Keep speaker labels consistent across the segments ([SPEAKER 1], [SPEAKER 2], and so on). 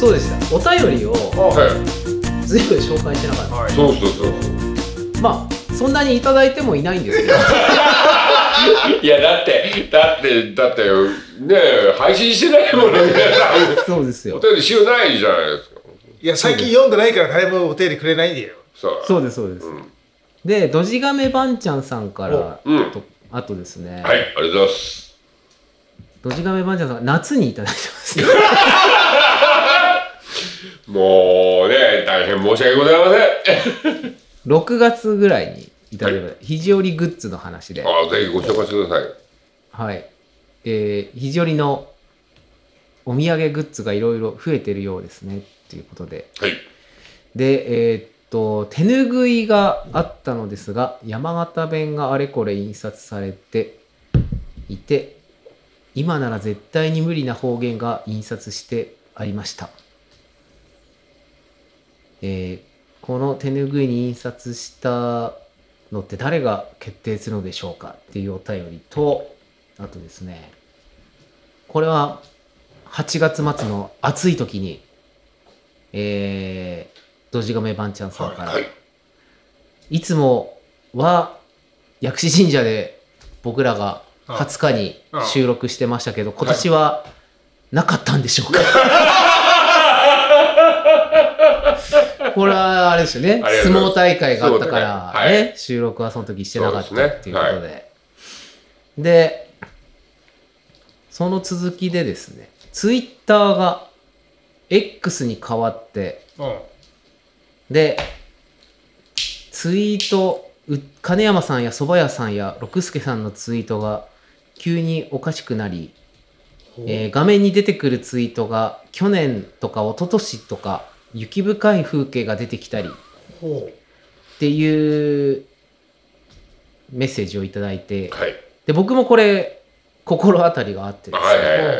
[SPEAKER 1] そうですよお便りを
[SPEAKER 2] はい
[SPEAKER 1] 随分紹介してなかった
[SPEAKER 3] はい
[SPEAKER 2] そうそうそうそう
[SPEAKER 1] まあそんなにいただいてもいないんですけど
[SPEAKER 2] いやだってだってだってね配信してないもんね皆さ ん
[SPEAKER 1] そうです
[SPEAKER 2] お
[SPEAKER 1] よ
[SPEAKER 2] 便りしようないじゃないですか
[SPEAKER 3] いや最近読んでないから誰もお手入れくれないんだよ
[SPEAKER 2] そう
[SPEAKER 1] そうですそうです、
[SPEAKER 2] うん
[SPEAKER 1] でドジガメばんちゃんさんから
[SPEAKER 2] おうん
[SPEAKER 1] とあとですね、
[SPEAKER 2] はいありがとうございます
[SPEAKER 1] ドジガメばんちゃんさんが夏にいただいてます、
[SPEAKER 2] もうね大変申し訳ございません
[SPEAKER 1] 6月ぐらいにいただいて、肘折グッズの話で、
[SPEAKER 2] あぜひご紹介してください
[SPEAKER 1] はい。えー、肘折のお土産グッズがいろいろ増えてるようですね、ということで。
[SPEAKER 2] はい
[SPEAKER 1] で、えーっと、手ぬぐいがあったのですが、山形弁があれこれ印刷されていて、今なら絶対に無理な方言が印刷してありました。えーこの手ぬぐいに印刷したのって誰が決定するのでしょうかっていうお便りと、あとですね、これは8月末の暑い時に、えー、ドジガメバンちゃんさんから、
[SPEAKER 2] はい
[SPEAKER 1] いつもは薬師神社で僕らが20日に収録してましたけど、今年はなかったんでしょ うか、これはあれですよね
[SPEAKER 2] ありがとう
[SPEAKER 1] 相
[SPEAKER 2] ご
[SPEAKER 1] 撲
[SPEAKER 2] ざ
[SPEAKER 1] 大会があったか
[SPEAKER 2] 相撲
[SPEAKER 1] ら
[SPEAKER 2] 大、会
[SPEAKER 1] ね
[SPEAKER 2] は
[SPEAKER 1] 収録はその時してなかった
[SPEAKER 2] そうですね
[SPEAKER 1] っていうことで。
[SPEAKER 2] は
[SPEAKER 1] でその続きでですねツイッターが X に変わって
[SPEAKER 3] うん
[SPEAKER 1] で、ツイート、う金山さんや蕎麦屋さんや六助さんのツイートが急におかしくなり、えー画面に出てくるツイートが去年とか一昨年とか雪深い風景が出てきたりっ
[SPEAKER 3] ほ
[SPEAKER 1] ていうメッセージをいただいて、
[SPEAKER 2] はい
[SPEAKER 1] で僕もこれ心当たりがあってですね
[SPEAKER 2] はいはいはいはい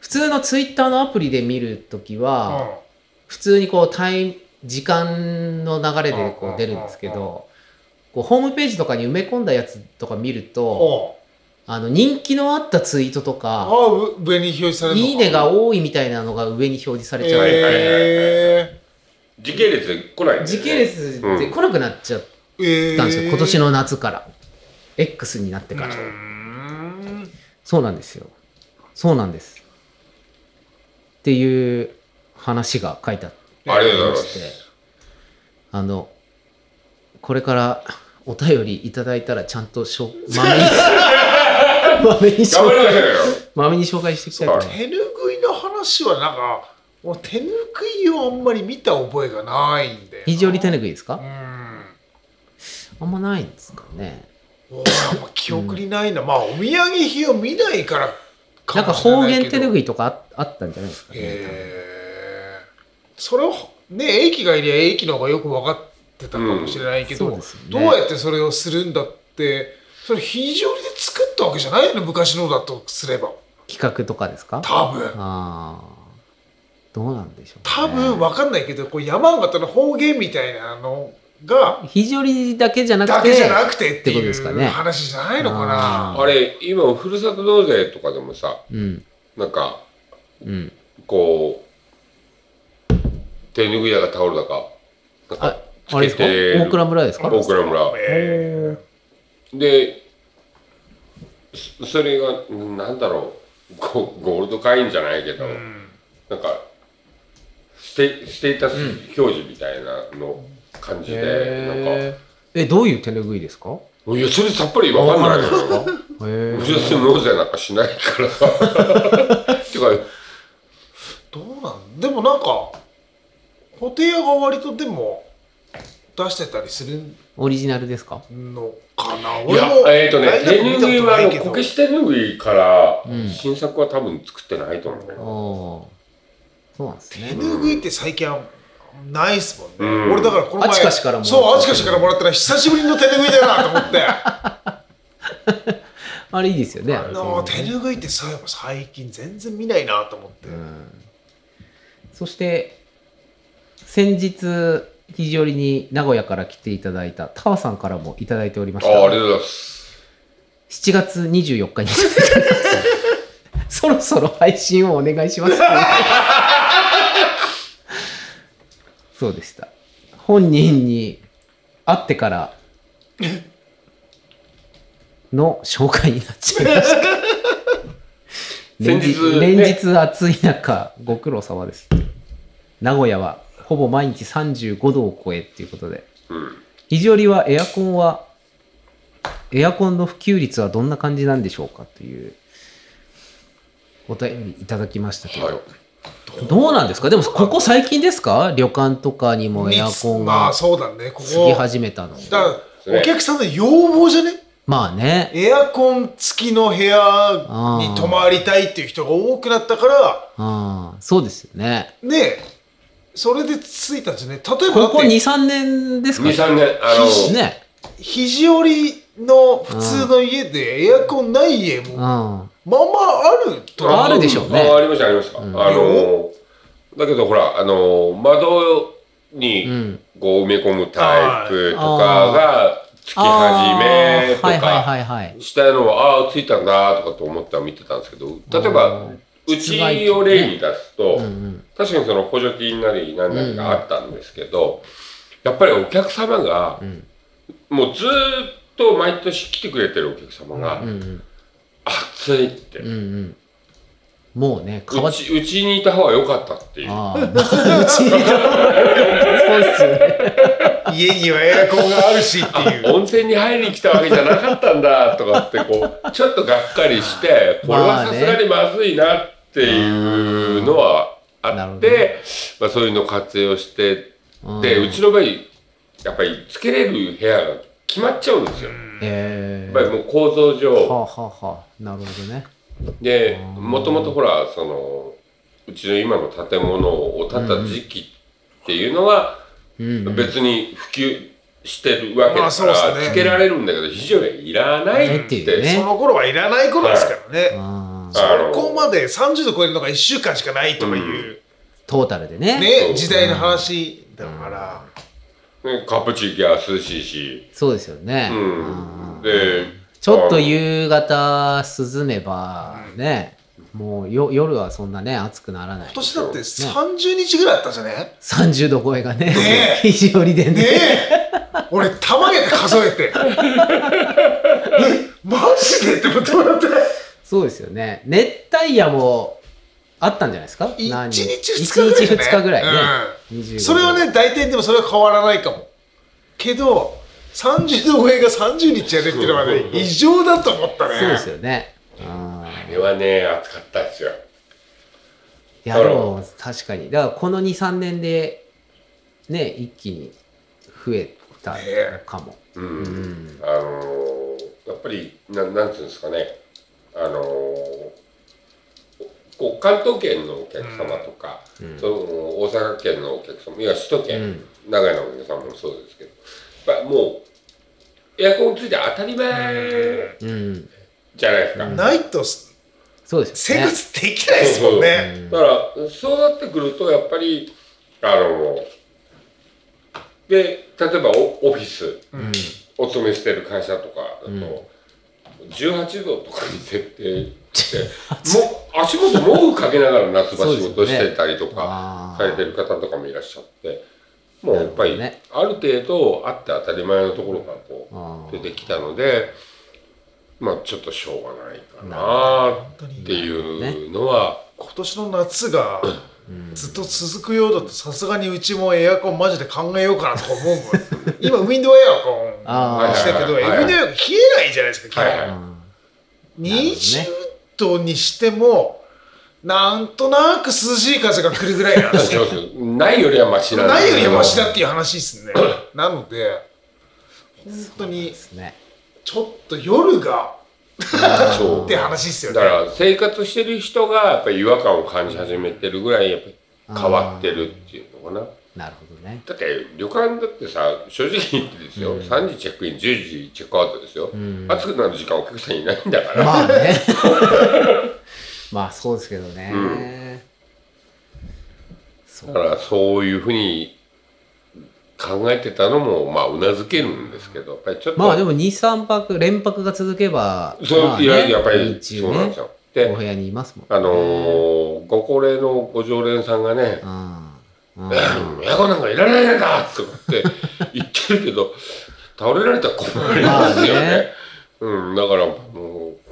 [SPEAKER 1] 普通のツイッターのアプリで見るとき
[SPEAKER 3] うう
[SPEAKER 1] は、
[SPEAKER 3] ん
[SPEAKER 1] 普通にこうタイム時間の流れで
[SPEAKER 3] うんうんうん
[SPEAKER 1] こ
[SPEAKER 3] うん
[SPEAKER 1] う出るんですけどこうホームページとかに埋め込んだやつとか見ると
[SPEAKER 3] ほう
[SPEAKER 1] あの人気のあったツイートと
[SPEAKER 3] あ
[SPEAKER 1] か
[SPEAKER 3] あう上に表示さ
[SPEAKER 1] 「
[SPEAKER 3] れるの
[SPEAKER 1] いいね」が多いみたいなのが上に表示されちゃう、
[SPEAKER 3] え
[SPEAKER 2] 時系列で来ないんだよね
[SPEAKER 1] 時系列で来なくなっちゃっ
[SPEAKER 3] ー、えー、
[SPEAKER 1] たんですよ、今年の夏から X になって
[SPEAKER 3] う
[SPEAKER 1] から、
[SPEAKER 3] ーん
[SPEAKER 1] そうなんですよそうなんですっていう話が書いてあって
[SPEAKER 2] ありがとうございま
[SPEAKER 1] して
[SPEAKER 2] す
[SPEAKER 1] あのこれからお便りいただいたらちゃんとしょまめにまめに紹介
[SPEAKER 2] 頑張りましょうよ
[SPEAKER 1] まめに紹介していきたいと思います
[SPEAKER 3] 手ぬぐいの話はなんかもう手ぬぐいをあんまり見た覚えがないんで
[SPEAKER 1] 肘折手
[SPEAKER 3] ぬ
[SPEAKER 1] ぬぐいです
[SPEAKER 3] う
[SPEAKER 1] か
[SPEAKER 3] ん
[SPEAKER 1] あんまないんですかね
[SPEAKER 3] おーあんま記憶にないな、まあお土産品を見ないから
[SPEAKER 1] なんか方言手ぬぐ
[SPEAKER 3] い
[SPEAKER 1] いとかああったんじゃないですかね、
[SPEAKER 3] えー、それをね英気がいりゃ英気の方がよく分かってたかもしれないけど、
[SPEAKER 1] うんそうですよね
[SPEAKER 3] どうやってそれをするんだってそれ肘折で作ったわけじゃないの昔のだとすれば
[SPEAKER 1] 企画とかですか
[SPEAKER 3] 多分
[SPEAKER 1] ああどうなんでしょう、ね、
[SPEAKER 3] 多分分かんないけどこう山形の方言みたいなのが
[SPEAKER 1] 肘折だけじゃなくて
[SPEAKER 3] だけじゃなくてって
[SPEAKER 1] ってこと
[SPEAKER 3] い
[SPEAKER 1] ですか
[SPEAKER 3] う
[SPEAKER 1] ね
[SPEAKER 3] 話じゃないのか
[SPEAKER 1] あ
[SPEAKER 3] な。
[SPEAKER 2] あれ今ふるさと納税とかでもさ
[SPEAKER 1] うん
[SPEAKER 2] なんか
[SPEAKER 1] うん
[SPEAKER 2] こう手ぬぐいだかタオルだかなん
[SPEAKER 1] あ
[SPEAKER 2] か
[SPEAKER 1] あれですか
[SPEAKER 2] つけて
[SPEAKER 1] 大蔵村ですか
[SPEAKER 2] 大倉村
[SPEAKER 3] え
[SPEAKER 2] でそそれがなんだろうゴゴールド会員じゃないけど、
[SPEAKER 3] ーうん
[SPEAKER 2] なんかステステータス表示みたいなの感じで、なんか
[SPEAKER 1] えどういう手ぬぐいですか
[SPEAKER 2] いやそれさっぱりわかんない よ
[SPEAKER 1] へえ
[SPEAKER 2] ふるさと納税なんかしないからてか
[SPEAKER 3] どうなんでもなんか布袋屋が割とでも出してたりする
[SPEAKER 1] オリジナルですか
[SPEAKER 3] のかない俺
[SPEAKER 2] や
[SPEAKER 3] も
[SPEAKER 2] えっ、とね
[SPEAKER 3] ライ
[SPEAKER 2] 手
[SPEAKER 3] ン
[SPEAKER 2] ぬ
[SPEAKER 3] ナップ
[SPEAKER 2] ぐい
[SPEAKER 3] 見た
[SPEAKER 2] は
[SPEAKER 3] こと
[SPEAKER 2] あ
[SPEAKER 3] な
[SPEAKER 2] の
[SPEAKER 3] いけど
[SPEAKER 2] こけし手ぬぐいから
[SPEAKER 1] うん
[SPEAKER 2] 新作は多分作ってないと思う、
[SPEAKER 1] ああそうなんです
[SPEAKER 3] 手
[SPEAKER 1] ね
[SPEAKER 3] ぬぐいって最近ないっすもんね、
[SPEAKER 2] うん
[SPEAKER 3] 俺だからこの前
[SPEAKER 1] あちかしからもらった
[SPEAKER 3] そうあちかしからもらったら久しぶりの手ぬぐいだなと思って
[SPEAKER 1] あれいいですよね
[SPEAKER 3] あの手ぬぐいってそういえば最近全然見ないなと思って、
[SPEAKER 1] うんそして先日肘折に名古屋から来ていただいたタワさんからもいただいておりまし
[SPEAKER 2] あありがと
[SPEAKER 1] た
[SPEAKER 2] うございます
[SPEAKER 1] 7月24日にそろそろ配信をお願いします、そうでした。本人に会ってからの紹介になっちゃいました。連日
[SPEAKER 2] 先日ね
[SPEAKER 1] 連日暑い中、ご苦労様です。名古屋はほぼ毎日35度を超えっていうことで、
[SPEAKER 2] うん。
[SPEAKER 1] 肘折はエアコンは、エアコンの普及率はどんな感じなんでしょうかというお便りいただきましたけど、
[SPEAKER 2] はい。
[SPEAKER 1] どうなんですかでもここ最近ですか旅館とかにもエアコン
[SPEAKER 3] ま
[SPEAKER 1] が
[SPEAKER 3] あそうだねこ
[SPEAKER 1] つき
[SPEAKER 3] こ
[SPEAKER 1] 始めたの。
[SPEAKER 3] だからお客さんの要望じゃね
[SPEAKER 1] まあね。
[SPEAKER 3] エアコン付きの部屋に泊まりたいっていう人が多くなったから
[SPEAKER 1] うん。そうですよね。
[SPEAKER 3] ねえそれでついたんですね例えば
[SPEAKER 1] こ
[SPEAKER 3] だっ
[SPEAKER 1] こ2、
[SPEAKER 3] て
[SPEAKER 1] 3年ですか
[SPEAKER 2] 2、3年、あの、
[SPEAKER 1] ね。
[SPEAKER 3] 肘折の普通の家でエアコンない家
[SPEAKER 1] う
[SPEAKER 3] も
[SPEAKER 1] ん。
[SPEAKER 3] まあ
[SPEAKER 1] あ
[SPEAKER 3] まああると
[SPEAKER 1] あるでしょうね
[SPEAKER 2] あありました、ありました。
[SPEAKER 1] うん
[SPEAKER 2] あの、だけどほら、あの、窓
[SPEAKER 1] う
[SPEAKER 2] に
[SPEAKER 1] ん
[SPEAKER 2] こう埋め込むタイプとかが、つき始めと
[SPEAKER 1] あーはい
[SPEAKER 2] か
[SPEAKER 1] は、いはいはい。
[SPEAKER 2] したのは、ああ、ついたんだとかと思っては見てたんですけど、例えば、うちを例に出すと、
[SPEAKER 1] うんうん。
[SPEAKER 2] 確かにその補助金なり何なりがあったんですけど、やっぱりお客様が
[SPEAKER 1] う、ん
[SPEAKER 2] もうずーっと毎年来てくれてるお客様が、
[SPEAKER 1] うんうん
[SPEAKER 2] 暑いって、
[SPEAKER 1] う
[SPEAKER 2] うん
[SPEAKER 1] うん。もうね、変わっ
[SPEAKER 2] ちうちにいた方が良かったっていう。
[SPEAKER 1] ああ、まあうちにいた方がそうですよね。
[SPEAKER 3] 家にはエアコンがあるしっていう
[SPEAKER 2] 温泉に入りに来たわけじゃなかったんだとかって こうちょっとがっかりしてこれはさすがにまずいなっていうのは
[SPEAKER 1] な
[SPEAKER 2] あ
[SPEAKER 1] るほ
[SPEAKER 2] っ
[SPEAKER 1] どね
[SPEAKER 2] て、まあ、そういうのを活用して
[SPEAKER 1] うん
[SPEAKER 2] でうちの場合やっぱりつけれる部屋が決まっちゃうんですよ。
[SPEAKER 1] え
[SPEAKER 2] やっぱ
[SPEAKER 1] ー、
[SPEAKER 2] りもう構造
[SPEAKER 1] は
[SPEAKER 2] 上
[SPEAKER 1] あ、はあはあ、なるほどね。
[SPEAKER 2] で
[SPEAKER 1] うん
[SPEAKER 2] もともとほらそのうちの今の建物を建った時期っていうのは、
[SPEAKER 1] うんうん、
[SPEAKER 2] 別に普及してるわけ
[SPEAKER 3] ま
[SPEAKER 2] だ
[SPEAKER 3] あ
[SPEAKER 2] か
[SPEAKER 3] そうっす
[SPEAKER 2] ら、
[SPEAKER 3] ね
[SPEAKER 2] つけられるんだけど非常にいらないって
[SPEAKER 1] っていうね
[SPEAKER 3] その頃はいらない頃ですからね、
[SPEAKER 1] あー
[SPEAKER 2] あの
[SPEAKER 3] ここまで30度超えるのが1週間しかないとかいう、
[SPEAKER 1] トータルでね。
[SPEAKER 2] うん
[SPEAKER 3] ね時代の話だから、
[SPEAKER 2] ねカプチーキは涼しいし、
[SPEAKER 1] そうですよね。
[SPEAKER 2] うん、
[SPEAKER 1] うん
[SPEAKER 2] で
[SPEAKER 1] ちょっと夕方涼めばね、もうよ夜はそんなね、暑くならない
[SPEAKER 3] 今。年だって30日ぐらいあったじゃね
[SPEAKER 1] 30度超えがね
[SPEAKER 3] ね、
[SPEAKER 1] 肘折で
[SPEAKER 3] ね
[SPEAKER 1] ね。
[SPEAKER 3] え俺たまげて数えてえマジでってことだって
[SPEAKER 1] そうですよね。熱帯夜もあったんじゃないですか
[SPEAKER 3] 1日2
[SPEAKER 1] 何
[SPEAKER 3] 日
[SPEAKER 1] 一日
[SPEAKER 3] ぐらい、ね、
[SPEAKER 1] 二日ぐらいね。25
[SPEAKER 3] うん、
[SPEAKER 1] 度
[SPEAKER 3] それはね大体でもそれは変わらないかもけど30度超えが30日やでっていうのはね異常だと思ったね
[SPEAKER 1] そうですよね。あ
[SPEAKER 2] あ
[SPEAKER 1] ー
[SPEAKER 2] れはね暑かったですよ
[SPEAKER 1] いや、でも確かに。だからこの2、3年で、ね、一気に増えたのかも。
[SPEAKER 2] うん、
[SPEAKER 1] ん
[SPEAKER 2] あのーやっぱりななんていうんですかねあのーこう関東圏のお客様とか、その大阪県のお客様いや首都圏、
[SPEAKER 1] うん
[SPEAKER 2] 長屋のお客様もそうですけどやっぱもうエアコンついて当たり前
[SPEAKER 1] うん。
[SPEAKER 2] じゃないですか、
[SPEAKER 3] ないと
[SPEAKER 1] そうですよ
[SPEAKER 3] 生
[SPEAKER 1] ね。
[SPEAKER 3] 活できないですもんね
[SPEAKER 2] だからそうなってくるとやっぱりあので例えばオオフィス、お勤めしてる会社とかだと、18度とかに設定してもう足元毛布かけながら夏場
[SPEAKER 1] そうです
[SPEAKER 2] 仕
[SPEAKER 1] よね
[SPEAKER 2] 事してたりと
[SPEAKER 1] あ
[SPEAKER 2] か
[SPEAKER 1] ー
[SPEAKER 2] されてる方とかもいらっしゃってもうやっぱ
[SPEAKER 1] なるほど
[SPEAKER 2] り
[SPEAKER 1] ね
[SPEAKER 2] ある程度あって当たり前のところがこ
[SPEAKER 1] あ
[SPEAKER 2] う出
[SPEAKER 1] ー
[SPEAKER 2] てきたのでまあちょっとしょうがないかなっていうのは。
[SPEAKER 3] 今年の夏がずっと続くようだとさすがにうちもエアコンマジで考えようかなとか思 うもん今ウィンドウエアコンしてたけどウ
[SPEAKER 2] あーはいはいはい
[SPEAKER 3] ィンドウエアコン冷えないじゃないですか基本、
[SPEAKER 2] はいはい
[SPEAKER 1] うん
[SPEAKER 3] 20度にしてもなんとなく涼しい風が来るぐらいなんですよ
[SPEAKER 2] そうそうないよりはマシなんだ
[SPEAKER 3] ないよりはマシだ
[SPEAKER 2] っ
[SPEAKER 3] っていう話です ねなので本当に
[SPEAKER 1] ですね。
[SPEAKER 3] ちょっと夜が
[SPEAKER 2] たそう
[SPEAKER 3] って話ですよ
[SPEAKER 2] だか
[SPEAKER 3] ね
[SPEAKER 2] ら生活してる人がやっぱり違和感を感じ始めてるぐらいやっぱり変わってるっていうのかな
[SPEAKER 1] なるほどね。
[SPEAKER 2] だって旅館だってさ正直言ってですよ、3時チェックイン10時チェックアウトですよ、暑くなる時間お客さんいないんだから、
[SPEAKER 1] まあね。 まあそうですけどね。そう
[SPEAKER 2] だからそういうふうに考えてたのもまあうなずけるんですけどやっぱりちょっと
[SPEAKER 1] まあでも2、3泊、連泊が続けば、
[SPEAKER 2] そう、
[SPEAKER 1] まあね
[SPEAKER 2] いややっぱり
[SPEAKER 1] 日
[SPEAKER 2] そ
[SPEAKER 1] 中
[SPEAKER 2] うなん
[SPEAKER 1] ね
[SPEAKER 2] です、よで
[SPEAKER 1] お部屋にいますもんね。
[SPEAKER 2] あのーご高齢のご常連さんがね、
[SPEAKER 1] うん。うん
[SPEAKER 2] うんエアコンなんかいらないやだとかって言ってるけど、倒れられたら困りますよ
[SPEAKER 1] まあね
[SPEAKER 2] ね。うん、だからもう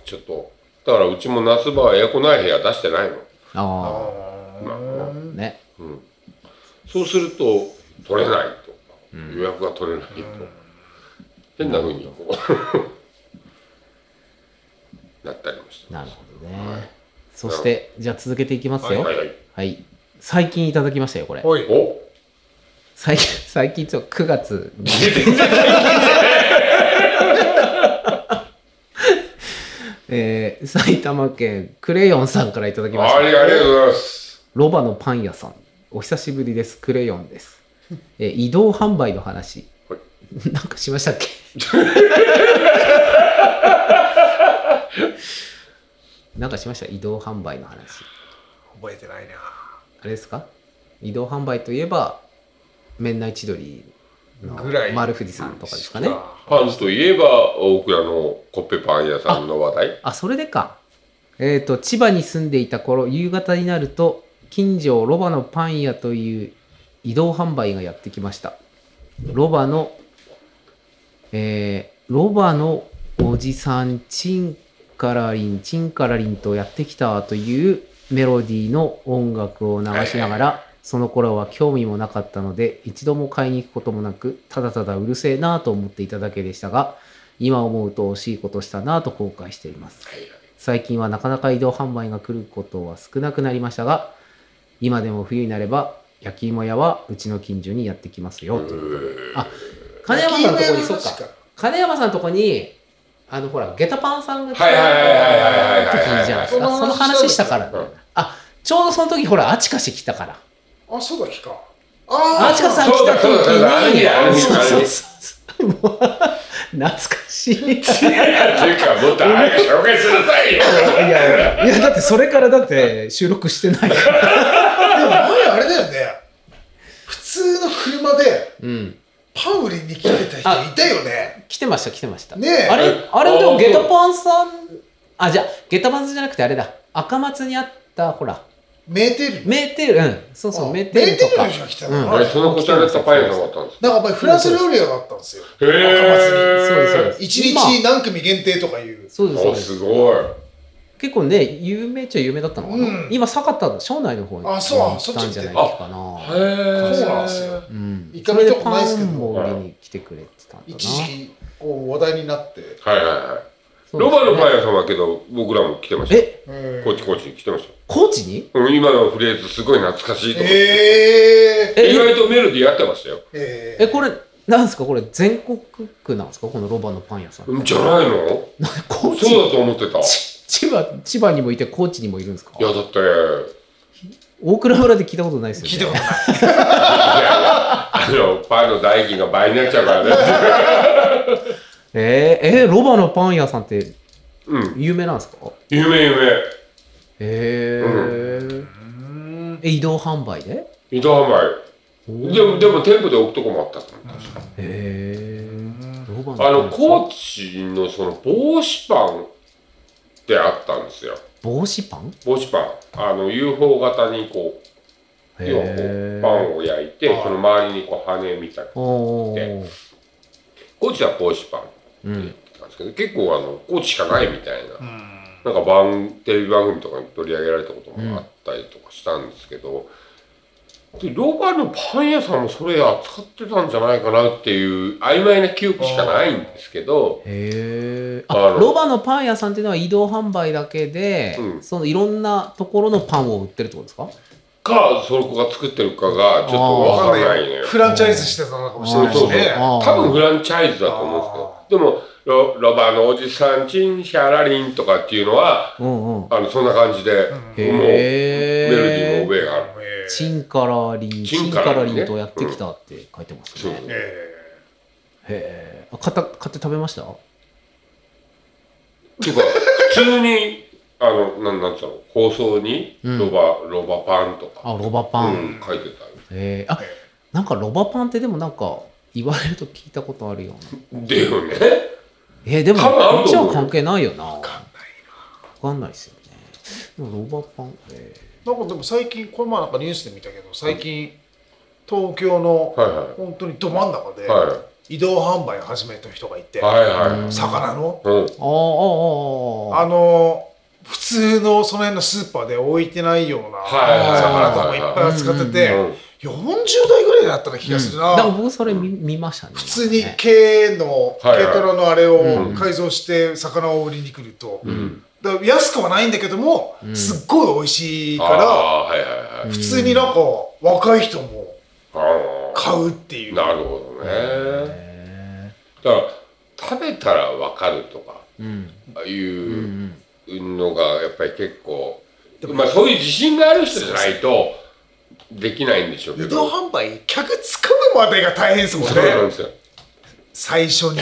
[SPEAKER 2] ちょっと、だからうちも夏場はエアコンない部屋出してないの。
[SPEAKER 1] あ
[SPEAKER 3] あ
[SPEAKER 1] あね
[SPEAKER 2] うん、そうすると、取れないと。予約が取れないと。変な風にこ う、なったりもして
[SPEAKER 1] な
[SPEAKER 2] ま
[SPEAKER 1] る
[SPEAKER 2] す。
[SPEAKER 1] ほどね、そしてじゃあ続けていきますよは、
[SPEAKER 2] はいいはい。
[SPEAKER 1] 最近いただきましたよこれ
[SPEAKER 3] おい
[SPEAKER 2] お
[SPEAKER 1] 最近最近ちょっと9月に
[SPEAKER 2] 全然
[SPEAKER 1] えー埼玉県クレヨンさんからいただきまし
[SPEAKER 2] あ
[SPEAKER 1] た
[SPEAKER 2] りありがとうございます。
[SPEAKER 1] ロバのパン屋さんお久しぶりですクレヨンです、えー移動販売の話
[SPEAKER 2] はい
[SPEAKER 1] なんかしましたっ けなんかしました移動販売の話
[SPEAKER 3] 覚えてないな
[SPEAKER 1] あれですか移動販売といえば面内千鳥の
[SPEAKER 3] ぐらい
[SPEAKER 1] 丸藤さんとかですかね
[SPEAKER 2] パンといえば、大倉のコッペパン屋さんの話題。
[SPEAKER 1] あそれでかえっ、と千葉に住んでいた頃夕方になると近所をロバのパン屋という移動販売がやってきましたロバのえーロバのおじさんチンカラリンチンカラリンとやってきたというメロディーの音楽を流しながらその頃は興味もなかったので一度も買いに行くこともなくただただうるせえなと思っていただけでしたが今思うと惜しいことしたなと後悔しています最近はなかなか移動販売が来ることは少なくなりましたが今でも冬になれば焼き芋屋はうちの近所にやってきますよということであ金山さんのとこにそっか金山さんのとこにあのほら下駄パンさんが来た
[SPEAKER 2] はいはいはいはいはいはいはい
[SPEAKER 1] 時じゃないですか
[SPEAKER 3] その話
[SPEAKER 1] その話したから、
[SPEAKER 2] うん
[SPEAKER 1] あちょうどその時ほらあちかし来たから
[SPEAKER 3] あそうだっけか
[SPEAKER 1] あ
[SPEAKER 3] あ
[SPEAKER 1] ち
[SPEAKER 3] ー
[SPEAKER 1] かさん来た時
[SPEAKER 2] そうだそうだあれ
[SPEAKER 1] に
[SPEAKER 2] ねあれね
[SPEAKER 1] そう
[SPEAKER 2] あ
[SPEAKER 1] そう
[SPEAKER 2] れね
[SPEAKER 1] そうもう懐かしいい
[SPEAKER 2] いやっていうか、もっと早く紹介しなさい
[SPEAKER 1] や
[SPEAKER 2] よ。
[SPEAKER 1] いやいやだってそれからだって収録してないから
[SPEAKER 3] でも前あれだよね普通の車で
[SPEAKER 1] うん
[SPEAKER 3] パン売りに来てた人いたよね
[SPEAKER 1] 来てました来てました
[SPEAKER 3] ねえ
[SPEAKER 1] あれあれで
[SPEAKER 2] あ
[SPEAKER 1] も
[SPEAKER 2] ー
[SPEAKER 1] 下駄パンさんあじゃあ下駄パンさんじゃなくてあれだ赤松にあったほら
[SPEAKER 3] メーテル
[SPEAKER 1] メーテルうんそうそう
[SPEAKER 3] あ
[SPEAKER 1] メーテルとか
[SPEAKER 3] メーテルの人が来たの
[SPEAKER 1] うん
[SPEAKER 2] あれ、そのこしゃれたパン屋さんがあったんですか
[SPEAKER 3] なんか前フランス料理屋があったんですよ
[SPEAKER 2] へー
[SPEAKER 1] そうですそうです
[SPEAKER 3] 一日何組限定とかいう
[SPEAKER 1] そうですそう
[SPEAKER 2] お
[SPEAKER 1] です
[SPEAKER 2] すごい。
[SPEAKER 1] 結構ね有名っちゃ有名だったのかな、
[SPEAKER 3] うん
[SPEAKER 1] 今坂田の省内の方に
[SPEAKER 3] あそう
[SPEAKER 1] 行ったんじゃない
[SPEAKER 2] そっち行って
[SPEAKER 1] かな
[SPEAKER 2] へ
[SPEAKER 3] そうなんですよ
[SPEAKER 1] うん
[SPEAKER 3] 一回も行ったことないですけど
[SPEAKER 1] それでパンも売りに来てくれてたんだな
[SPEAKER 3] 一時期こう話題になって
[SPEAKER 2] はいはいはい。
[SPEAKER 1] そうで
[SPEAKER 2] ロ
[SPEAKER 1] すね
[SPEAKER 2] バのパン屋さんはけど、僕らも来てました。
[SPEAKER 1] え
[SPEAKER 3] うん
[SPEAKER 2] こっちこっち来てまし
[SPEAKER 1] 高知に
[SPEAKER 2] た。うん今のフレーズ、すごい懐かしいと思って。
[SPEAKER 3] えー
[SPEAKER 1] え
[SPEAKER 2] 意外とメロディーやってましたよ。
[SPEAKER 3] え
[SPEAKER 1] えこれなんですかこれ全国区なんですかこのロバのパン屋さん
[SPEAKER 2] うんじゃないの
[SPEAKER 1] 高知
[SPEAKER 2] そうだと思ってた。い
[SPEAKER 1] ち千葉千葉にもいて高知にもいるんですか
[SPEAKER 2] や、だって、
[SPEAKER 1] 大倉村で聞いたことないですよ、ね、
[SPEAKER 3] 聞いたことない
[SPEAKER 2] あの、パンの代金が倍になっちゃうからね。
[SPEAKER 1] えー、えーロバのパン屋さんって
[SPEAKER 2] うん。
[SPEAKER 1] 有名なんですか
[SPEAKER 2] 夢夢。
[SPEAKER 1] えーえ移動販売で
[SPEAKER 2] 伊藤浜井。でも、でも店舗で置くとこもあったと思う確か
[SPEAKER 1] へえ。ロバ
[SPEAKER 2] あの、
[SPEAKER 1] こ
[SPEAKER 2] 高知のその帽子パンってあったんですよ。
[SPEAKER 1] 帽子パン
[SPEAKER 2] 帽子パン。あの、UFO 型にこう、要はこう、パンを焼いて、その周りにこう、羽みたいな。
[SPEAKER 1] ン。おー
[SPEAKER 2] 高知は帽子パンって
[SPEAKER 1] うん。
[SPEAKER 2] 言ったんですけど、結構あの、高知しかないみたいな。
[SPEAKER 3] うん
[SPEAKER 2] なんか番テレビ番組とかに取り上げられたこともあったりとかしたんですけど、でロバのパン屋さんもそれ扱ってたんじゃないかなっていう曖昧な記憶しかないんですけど
[SPEAKER 1] へえ。あ
[SPEAKER 2] あの
[SPEAKER 1] ロバのパン屋さんっていうのは移動販売だけで、
[SPEAKER 2] うん
[SPEAKER 1] そのいろんなところのパンを売ってるってことですか
[SPEAKER 2] かその子が作ってるかがちょっと
[SPEAKER 3] わ
[SPEAKER 2] わ
[SPEAKER 3] か
[SPEAKER 2] かん
[SPEAKER 3] んな
[SPEAKER 2] ないい
[SPEAKER 3] よ
[SPEAKER 2] のよ。
[SPEAKER 3] フランチャイズしてたのかもしれ
[SPEAKER 2] そう
[SPEAKER 3] ない
[SPEAKER 2] そ
[SPEAKER 3] し
[SPEAKER 2] うそう
[SPEAKER 3] ね
[SPEAKER 1] あー
[SPEAKER 2] 多分フランチャイズだと思うんですけどでもロロバのおじさんチンシャラリンとかっていうのは
[SPEAKER 1] うんうん。
[SPEAKER 2] あのそんな感じで、もう
[SPEAKER 1] へ
[SPEAKER 2] メ
[SPEAKER 1] え。
[SPEAKER 2] ロディーの上がある。
[SPEAKER 3] えー
[SPEAKER 1] チンカラリン、
[SPEAKER 2] チ
[SPEAKER 1] チン
[SPEAKER 2] ン
[SPEAKER 1] カ
[SPEAKER 2] カ
[SPEAKER 1] ラ
[SPEAKER 2] ラ
[SPEAKER 1] リ
[SPEAKER 2] リンね
[SPEAKER 1] ンとやってきたって書いてますね。
[SPEAKER 2] そう
[SPEAKER 1] へ
[SPEAKER 3] え
[SPEAKER 1] え。あ買った買って食べました
[SPEAKER 2] ていうか普通に あのなんなんつうの放送に
[SPEAKER 1] うん
[SPEAKER 2] ロバ、ロバパンとか
[SPEAKER 1] あ、ロバパン。
[SPEAKER 2] うん、書いてたよ
[SPEAKER 1] へえ。あ、なんかロバパンってでもなんか言われると聞いたことあるような。
[SPEAKER 2] でよね
[SPEAKER 1] えー、でも、
[SPEAKER 2] 多分あ
[SPEAKER 1] こっ
[SPEAKER 2] る
[SPEAKER 1] ち
[SPEAKER 2] と思う
[SPEAKER 1] は関係ないよな。わ
[SPEAKER 3] かんない
[SPEAKER 1] かんないですよね。でも、ロバパン、え
[SPEAKER 3] なんかでも最近これまあなんかニュースで見たけど最近東京の
[SPEAKER 2] はいは
[SPEAKER 3] 本当にど真ん中で
[SPEAKER 2] い。は
[SPEAKER 3] 移動販売始めた人がいて
[SPEAKER 2] い。はいはい。
[SPEAKER 3] 魚の
[SPEAKER 2] うん。
[SPEAKER 1] ああ、ああ、ああ。
[SPEAKER 3] あの普通のその辺のスーパーで置いてないような
[SPEAKER 2] はい
[SPEAKER 1] はいはい
[SPEAKER 3] 魚とかもいっぱい扱ってて
[SPEAKER 2] うん
[SPEAKER 3] 40代ぐらいだった気がする
[SPEAKER 1] うんだから
[SPEAKER 3] な
[SPEAKER 1] 僕それ見見ましたね。
[SPEAKER 3] 普通に
[SPEAKER 1] なんかね
[SPEAKER 3] 軽の
[SPEAKER 2] はいはい
[SPEAKER 3] 軽トラのあれ
[SPEAKER 1] う
[SPEAKER 3] を
[SPEAKER 1] ん
[SPEAKER 3] 改造して魚を売りに来ると
[SPEAKER 2] うん。
[SPEAKER 3] だから安くはないんだけども
[SPEAKER 1] うん
[SPEAKER 3] すっごい美味しい
[SPEAKER 2] あ
[SPEAKER 3] から
[SPEAKER 2] あ、はいはいはい。
[SPEAKER 3] 普通になんか若い人も
[SPEAKER 2] ああ。
[SPEAKER 3] 買うっていう
[SPEAKER 2] なるほどね。
[SPEAKER 1] へ
[SPEAKER 2] だから、食べたらわかるとか、
[SPEAKER 1] えうん。
[SPEAKER 2] ああ
[SPEAKER 1] うんう。
[SPEAKER 2] いうんのが、やっぱり結構、
[SPEAKER 3] でも
[SPEAKER 2] まあそういう自信がある人じゃないと、できないんでしょうけ
[SPEAKER 3] 移
[SPEAKER 2] ど。
[SPEAKER 3] 動販売客つかむまでが大変ですもん
[SPEAKER 2] そう
[SPEAKER 3] ね
[SPEAKER 2] なんですよ。
[SPEAKER 3] 最初 に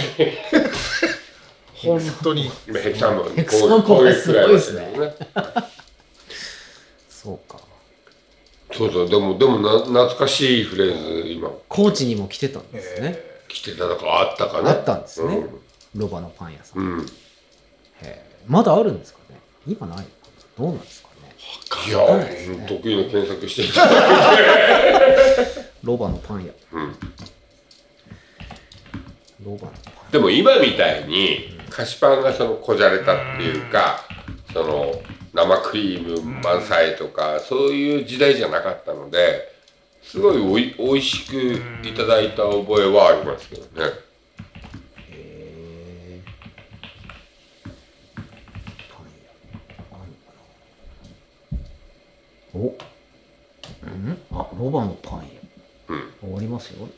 [SPEAKER 3] 本当に
[SPEAKER 2] 今ヘキサンボン
[SPEAKER 1] ヘキサンボン
[SPEAKER 2] こういう
[SPEAKER 1] すごいですね
[SPEAKER 2] こううくらいだけどね
[SPEAKER 1] そうか。
[SPEAKER 2] そうそうでもでもな懐かしいフレーズ今
[SPEAKER 1] 高知にも来てたんですね。
[SPEAKER 2] 来てたとかあったかね
[SPEAKER 1] あったんですね。ロバのパン屋さん。
[SPEAKER 2] う
[SPEAKER 1] へ
[SPEAKER 2] ん、うん、い
[SPEAKER 1] えまだあるんですかね今ないのかなどうなんですかね
[SPEAKER 2] や得意の検索してきた、
[SPEAKER 1] ロバのパン屋。
[SPEAKER 2] うん、
[SPEAKER 1] ロバの
[SPEAKER 2] でも今みたいに菓子パンがそのこじゃれたっていうかその生クリーム満載とかそういう時代じゃなかったのですごいおい美味しくいただいた覚えはありますけどね
[SPEAKER 1] パン。へえパン屋。あるのかなおうんあ、ロバのパン屋。
[SPEAKER 2] うん
[SPEAKER 1] 終わりますよ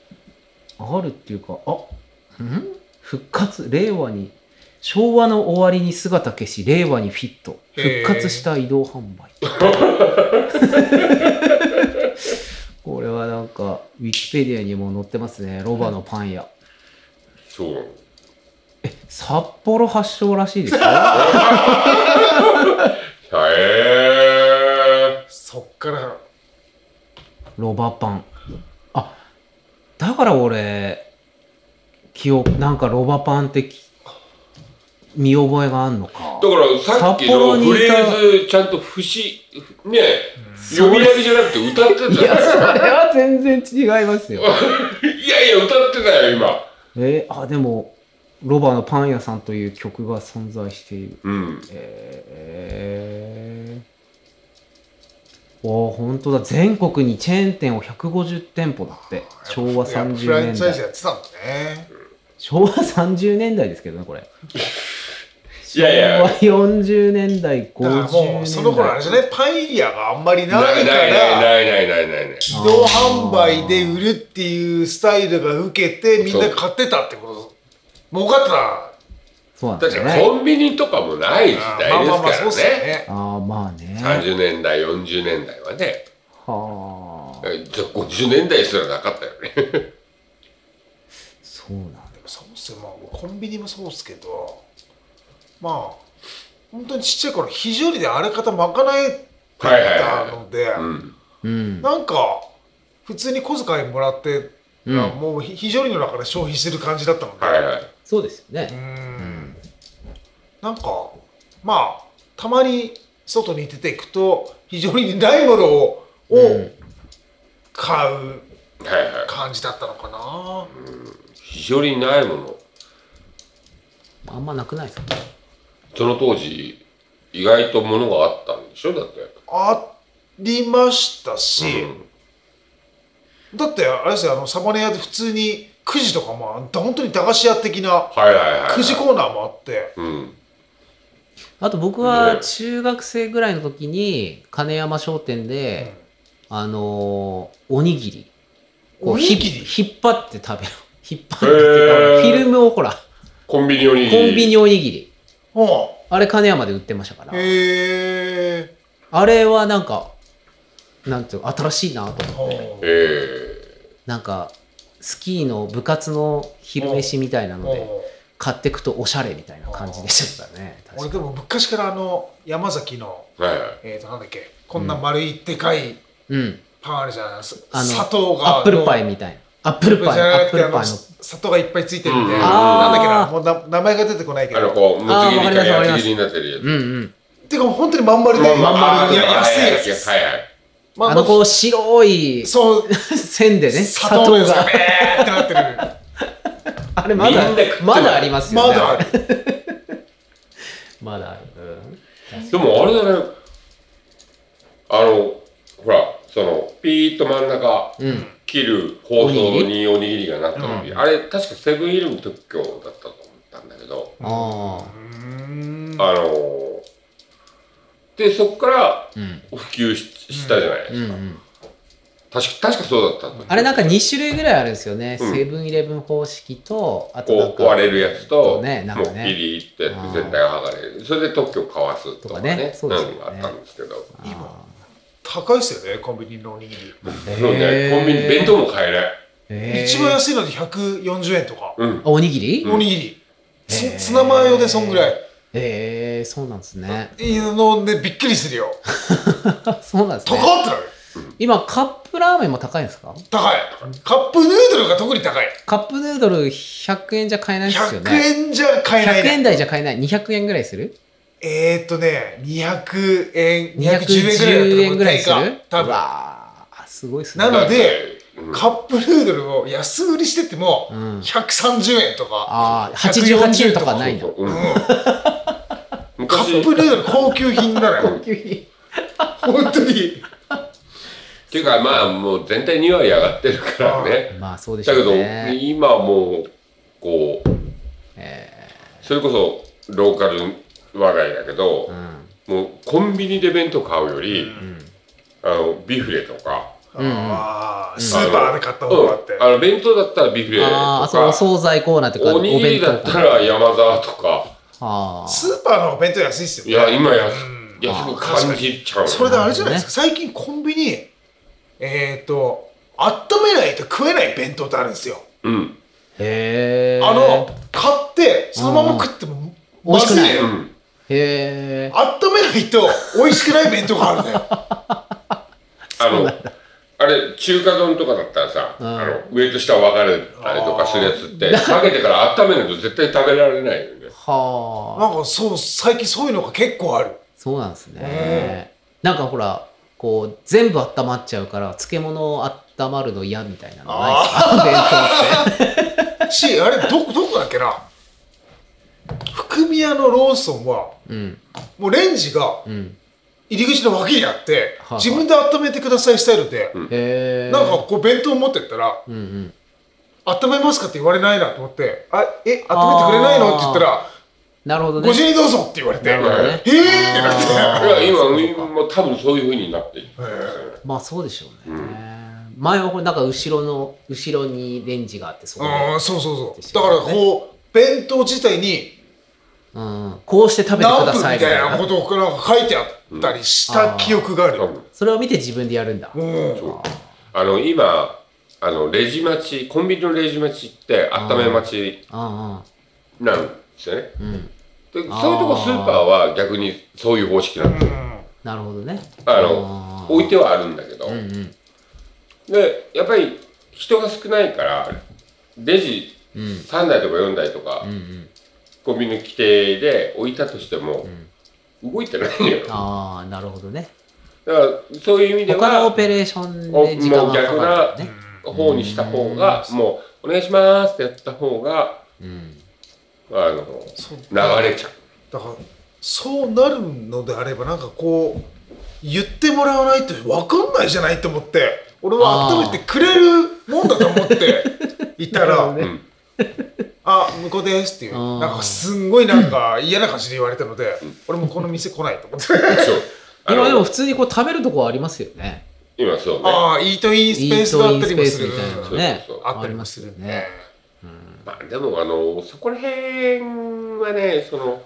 [SPEAKER 1] あるっていうかあん復活令和に昭和の終わりに姿消し令和にフィット
[SPEAKER 3] へ
[SPEAKER 1] 復
[SPEAKER 3] ー
[SPEAKER 1] 活した移動販売 これはなんかウィキペディアにも載ってますねロバのパン屋
[SPEAKER 2] そうなの
[SPEAKER 1] 札幌発祥らしいですよ
[SPEAKER 2] へえ
[SPEAKER 3] そっから
[SPEAKER 1] ロバパンあだから俺記憶なんかロバパンってき見覚えがあんのか
[SPEAKER 2] だからさっき
[SPEAKER 1] 札幌
[SPEAKER 2] の
[SPEAKER 1] にい
[SPEAKER 2] フ
[SPEAKER 1] た
[SPEAKER 2] レーズちゃんと節ね読み上げじゃなくて歌って
[SPEAKER 1] い
[SPEAKER 2] た
[SPEAKER 1] や、
[SPEAKER 2] よ
[SPEAKER 1] それは全然違いますよ。
[SPEAKER 2] いやいや歌ってたよ今
[SPEAKER 1] えーあ、でも、ロバのパン屋さんという曲が存在している。
[SPEAKER 2] うん
[SPEAKER 1] えー、おお、本当だ。全国にチェーン店を150店舗だって。昭和
[SPEAKER 3] フラ
[SPEAKER 1] 30
[SPEAKER 3] ン
[SPEAKER 1] 年
[SPEAKER 3] チャイズ
[SPEAKER 1] 代。
[SPEAKER 3] やってたもんね
[SPEAKER 1] 昭和30年代ですけどね、これ。
[SPEAKER 2] いやいや
[SPEAKER 1] 昭和40年代、50
[SPEAKER 3] だから
[SPEAKER 1] 年代。
[SPEAKER 3] もうその頃あれじゃないパン屋があんまりないか
[SPEAKER 2] ないない
[SPEAKER 3] ら
[SPEAKER 2] ないないないないない
[SPEAKER 3] 移動販売で売るっていうスタイルが受けてみんな買ってたってこと儲かったな
[SPEAKER 1] そうなんで
[SPEAKER 2] 確
[SPEAKER 1] すよ
[SPEAKER 2] か
[SPEAKER 1] ね。
[SPEAKER 2] コンビニとかもない時代ですから
[SPEAKER 3] っすよ
[SPEAKER 2] ね
[SPEAKER 3] ね
[SPEAKER 1] ああ、まあね。
[SPEAKER 2] 30年代40年代はね
[SPEAKER 1] はあ、
[SPEAKER 2] えじゃあ50年代すらなかったよね
[SPEAKER 1] そうなんだ。
[SPEAKER 3] そうっすよまあコンビニもそうっすけどまあ本当にちっちゃい頃非常にであれ方まかない
[SPEAKER 2] はいはい
[SPEAKER 3] だ
[SPEAKER 2] は
[SPEAKER 3] ので、
[SPEAKER 2] い、うん、
[SPEAKER 1] うん。
[SPEAKER 3] なんか普通に小遣いもらって、
[SPEAKER 1] うん
[SPEAKER 3] もうひ非常にの中で消費してる感じだったので、
[SPEAKER 2] はいはい
[SPEAKER 1] そうですよ
[SPEAKER 3] う
[SPEAKER 1] ね。
[SPEAKER 3] んなんかまあたまに外に出ていくと非常にないものをを
[SPEAKER 1] うん
[SPEAKER 3] 買う
[SPEAKER 2] はいはい
[SPEAKER 3] 感じだったのかな、
[SPEAKER 2] 非常にないもの
[SPEAKER 1] あんまなくないですか
[SPEAKER 2] その当時意外とものがあったんでしょだって
[SPEAKER 3] ありましたし、だってあれですよあのサバネ屋で普通にくじとかも本当に駄菓子屋的な
[SPEAKER 2] はいはいはいはい
[SPEAKER 3] くじコーナーもあって
[SPEAKER 2] うん
[SPEAKER 1] あと僕は中学生ぐらいの時に金山商店で、あのーおにぎりこう
[SPEAKER 3] おにぎり
[SPEAKER 1] ひ引っ張って食べる 引っ張ってっていうか
[SPEAKER 2] へー
[SPEAKER 1] フィルムをほら
[SPEAKER 2] コンビニおにぎり
[SPEAKER 1] コンビニおにぎり
[SPEAKER 3] うん
[SPEAKER 1] あれ金山で売ってましたから
[SPEAKER 3] へえ
[SPEAKER 1] あれはなんかなんていうの新しいなと思って
[SPEAKER 2] え
[SPEAKER 1] なんかスキーの部活の昼飯みたいなので買ってくとおしゃれみたいな感じでしたね確
[SPEAKER 3] 俺
[SPEAKER 1] か
[SPEAKER 3] でも昔からあの山崎の
[SPEAKER 2] えはいはい
[SPEAKER 3] えーとなんだっけこんな丸いでかい
[SPEAKER 1] うん
[SPEAKER 3] パンあるじゃないです
[SPEAKER 1] あの
[SPEAKER 3] 砂糖が
[SPEAKER 1] アップルパイ
[SPEAKER 3] の
[SPEAKER 1] みたいなアップルパイ
[SPEAKER 3] じゃ
[SPEAKER 1] ア
[SPEAKER 3] な
[SPEAKER 1] ッ
[SPEAKER 3] く
[SPEAKER 1] プ
[SPEAKER 3] てあ
[SPEAKER 1] ル
[SPEAKER 3] の
[SPEAKER 1] パイの
[SPEAKER 3] 砂糖がいっぱいついてるみたい
[SPEAKER 2] うん
[SPEAKER 3] な、
[SPEAKER 1] あー
[SPEAKER 3] なんだっけなもうな名前が出てこないけ
[SPEAKER 2] あの
[SPEAKER 3] ど
[SPEAKER 2] こう、む
[SPEAKER 1] あー
[SPEAKER 2] つ切りから
[SPEAKER 1] わかります
[SPEAKER 2] やつ切りになってるやつ。
[SPEAKER 1] うんうん
[SPEAKER 3] てか本当にまん丸で
[SPEAKER 2] まあまあ
[SPEAKER 3] いや
[SPEAKER 2] まあ
[SPEAKER 3] 安いやつ
[SPEAKER 2] はいはい。
[SPEAKER 3] ま
[SPEAKER 1] あのこう白い
[SPEAKER 3] そ う、
[SPEAKER 1] 線でね、
[SPEAKER 3] 砂糖のやつが
[SPEAKER 1] が。
[SPEAKER 3] べーって なってる。
[SPEAKER 1] あれまだ
[SPEAKER 2] みんな食って、る
[SPEAKER 1] まだありますよ
[SPEAKER 3] ま
[SPEAKER 1] ね。
[SPEAKER 3] だあ
[SPEAKER 1] る。
[SPEAKER 3] る。
[SPEAKER 1] まだある。うん
[SPEAKER 2] でもあれだねあのほらそのピーッと真ん中
[SPEAKER 1] うん。
[SPEAKER 2] 切る包装
[SPEAKER 1] おに
[SPEAKER 2] におにぎりがなった時、あれ確かセブンイレブン特許だったと思ったんだけど、
[SPEAKER 1] あ
[SPEAKER 3] うーん
[SPEAKER 2] あのーでそこから
[SPEAKER 1] あ。うん。
[SPEAKER 2] 普及ししたじゃないです
[SPEAKER 1] うんう
[SPEAKER 2] か、
[SPEAKER 1] ん。
[SPEAKER 2] 確か確かそうだったと思う
[SPEAKER 1] あれなんか2種類ぐらいあるんですよね。
[SPEAKER 2] うん
[SPEAKER 1] セブンイレブン方式と、あとなん
[SPEAKER 2] こう
[SPEAKER 1] か。
[SPEAKER 2] 割れるやつと、
[SPEAKER 1] ねなん
[SPEAKER 2] もう
[SPEAKER 1] かね
[SPEAKER 2] ピリッてや
[SPEAKER 1] あー
[SPEAKER 2] って全体が剥がれるそれで特許をかわすとかね
[SPEAKER 1] とかねそうですよね
[SPEAKER 2] んあったんですけど
[SPEAKER 1] あ
[SPEAKER 3] 高いっすよね、コンビニのおにぎり。
[SPEAKER 1] ー。
[SPEAKER 2] そうねコンビニ弁当も買えない
[SPEAKER 1] えー
[SPEAKER 3] 一番安いので140円とか。
[SPEAKER 2] うん
[SPEAKER 1] あおにぎり
[SPEAKER 3] おにぎり。
[SPEAKER 1] へー
[SPEAKER 3] つツナマヨでそんぐらい。
[SPEAKER 1] ええそうなんですね。
[SPEAKER 3] いいのでびっくりするよ。
[SPEAKER 1] あそうなんです
[SPEAKER 3] 高
[SPEAKER 1] ね。
[SPEAKER 3] っってなる。
[SPEAKER 1] 今、カップラーメンも高いんですか
[SPEAKER 3] 高い。カップヌードルが特に高い。
[SPEAKER 1] カップヌードル100円じゃ買えないですよ
[SPEAKER 3] 100
[SPEAKER 1] ね。
[SPEAKER 3] 円じゃ買えない
[SPEAKER 1] 100円
[SPEAKER 3] ね。
[SPEAKER 1] 台じゃ買えない。200円ぐらいする
[SPEAKER 3] えーっとね、200円、
[SPEAKER 1] 210円
[SPEAKER 3] 210
[SPEAKER 1] ぐ
[SPEAKER 3] ぐ
[SPEAKER 1] ら
[SPEAKER 3] ら
[SPEAKER 1] い
[SPEAKER 3] い
[SPEAKER 1] す
[SPEAKER 3] だった
[SPEAKER 1] る
[SPEAKER 3] 多分。
[SPEAKER 1] わー、すごいっすね。
[SPEAKER 3] なので
[SPEAKER 2] うん
[SPEAKER 3] カップヌードルを安売りしてても、
[SPEAKER 1] うん
[SPEAKER 3] 130円とか、
[SPEAKER 1] ああ、88円とかない
[SPEAKER 2] そ
[SPEAKER 1] の。
[SPEAKER 2] うそううん
[SPEAKER 3] うんカ
[SPEAKER 2] 昔
[SPEAKER 3] ップヌードル高級品なのよ本当に
[SPEAKER 2] っていうかまあもう全体には上がってるからね
[SPEAKER 1] まあそうでし
[SPEAKER 2] だけ
[SPEAKER 1] ょ
[SPEAKER 2] ど
[SPEAKER 1] うね。
[SPEAKER 2] 今はもうこう
[SPEAKER 1] え
[SPEAKER 2] それこそローカル我が家だけど
[SPEAKER 1] ーうん
[SPEAKER 2] もうコンビニで弁当買うよりあのビフレとか
[SPEAKER 1] うんうん
[SPEAKER 3] あースーパーで買った方があって、
[SPEAKER 2] うんあの弁当だったらビフレと
[SPEAKER 1] ああ、そう、お
[SPEAKER 2] か
[SPEAKER 1] 惣菜コーナーとか、
[SPEAKER 2] おにぎりだったら山沢とか
[SPEAKER 1] あ
[SPEAKER 3] スーパーのお弁当安いっす
[SPEAKER 2] い
[SPEAKER 3] よ
[SPEAKER 2] や
[SPEAKER 3] ね
[SPEAKER 2] 今安
[SPEAKER 3] うん
[SPEAKER 2] 安く感じちゃう
[SPEAKER 3] それであれじゃないですか、最近コンビニえーっと温めないと食えない弁当ってあるんですよ、
[SPEAKER 2] うん
[SPEAKER 1] あ。へえ。
[SPEAKER 3] あの買ってそのまま食っても
[SPEAKER 1] うん
[SPEAKER 3] まずいの
[SPEAKER 1] 美味し
[SPEAKER 2] う
[SPEAKER 3] よ
[SPEAKER 2] ん
[SPEAKER 1] へえ。
[SPEAKER 3] 温めないと美味しくない弁当があるんだよ
[SPEAKER 2] あの、あれ、中華丼とかだったらさ、
[SPEAKER 1] うん
[SPEAKER 2] あの上と下分かれたりとかするやつって、かけてから温めないと絶対食べられないよね。
[SPEAKER 1] はあ。
[SPEAKER 3] なんかそう最近そういうのが結構ある
[SPEAKER 1] そうなんですね。なんかほら、こう、全部温まっちゃうから、漬物温まるの嫌みたいなのないですか弁
[SPEAKER 3] し、あれ、どこ、どこだっけな福宮のローソンは、
[SPEAKER 1] 当って。うん。
[SPEAKER 3] もうレンジが
[SPEAKER 1] うん。
[SPEAKER 3] 入り口の脇にあって、
[SPEAKER 1] はいはい
[SPEAKER 3] 自分で温めてくださいスタイルで、
[SPEAKER 1] へえ。
[SPEAKER 3] なんか、こう弁当持ってったら、
[SPEAKER 1] うんうん。
[SPEAKER 3] 温めますかって言われないなと思って、あ、え、温めてくれないのって言ったら、
[SPEAKER 1] なるほどね。
[SPEAKER 3] ご自由にどうぞって言われて、
[SPEAKER 1] なるほどね
[SPEAKER 3] えーってなって、
[SPEAKER 1] あー
[SPEAKER 2] いや今、
[SPEAKER 1] そうか
[SPEAKER 2] うんもう多分そういう風になっていくんですよね。
[SPEAKER 1] まあそうでしょうね。前はこれ、なんか後ろの、後ろにレンジがあって、そこで。
[SPEAKER 3] うん、そうそうそう。だから、こう、弁当自体に
[SPEAKER 1] うん。こうして食べてく
[SPEAKER 3] 何
[SPEAKER 1] だ
[SPEAKER 3] 分み
[SPEAKER 1] さ
[SPEAKER 3] た
[SPEAKER 1] い
[SPEAKER 3] い
[SPEAKER 1] みたい
[SPEAKER 3] なこ
[SPEAKER 1] な。
[SPEAKER 3] とをなんか書いてあったりした記憶がある。
[SPEAKER 2] 多分
[SPEAKER 1] それを見て自分でやるんだ。
[SPEAKER 3] うん
[SPEAKER 2] そうあの今あのレジ待ちコンビニのレジ待ちって温め待ち
[SPEAKER 1] うんうん。
[SPEAKER 2] なんですよね。
[SPEAKER 1] うん。
[SPEAKER 2] でそういうとこスーパーは逆にそういう方式なんですよ。
[SPEAKER 1] なるほどね。
[SPEAKER 2] あの置いてはあるんだけど、
[SPEAKER 1] うんうん。
[SPEAKER 2] でやっぱり人が少ないからレジ
[SPEAKER 1] うん
[SPEAKER 2] 3台とか4台とか、
[SPEAKER 1] うんうん。
[SPEAKER 2] コンビニの規定で置いたとしても、動いてないのよだか
[SPEAKER 1] ああ、なるほどね。
[SPEAKER 2] らそういう意味で
[SPEAKER 1] 他のオ
[SPEAKER 2] は
[SPEAKER 1] ペレーション
[SPEAKER 2] お
[SPEAKER 1] で時間が
[SPEAKER 2] もう
[SPEAKER 1] か
[SPEAKER 2] 逆
[SPEAKER 1] か
[SPEAKER 2] な
[SPEAKER 1] るね。
[SPEAKER 2] 方にした方がもう「お願いします」ってやった方が
[SPEAKER 1] うん。
[SPEAKER 2] あの
[SPEAKER 3] そう
[SPEAKER 2] 流れちゃう
[SPEAKER 3] だからそうなるのであればなんかこう言ってもらわないと分かんないじゃないと思って俺は温めてくれるもんだと思っていたら「
[SPEAKER 1] ね
[SPEAKER 2] うん
[SPEAKER 3] あ向こうです」っていう
[SPEAKER 1] あー
[SPEAKER 3] なんかすんごいなんか嫌な感じで言われたので俺もこの店来ないと思って
[SPEAKER 2] そうあの
[SPEAKER 1] 今でも普通にこう食べるとこはありますよね。
[SPEAKER 2] 今そうね
[SPEAKER 3] ああイートインスペースがあったりもする
[SPEAKER 1] イートインスペースみたいな
[SPEAKER 2] そう
[SPEAKER 1] ね
[SPEAKER 2] そうそう
[SPEAKER 3] あったりもするね
[SPEAKER 2] まあでもあのそこら辺はねその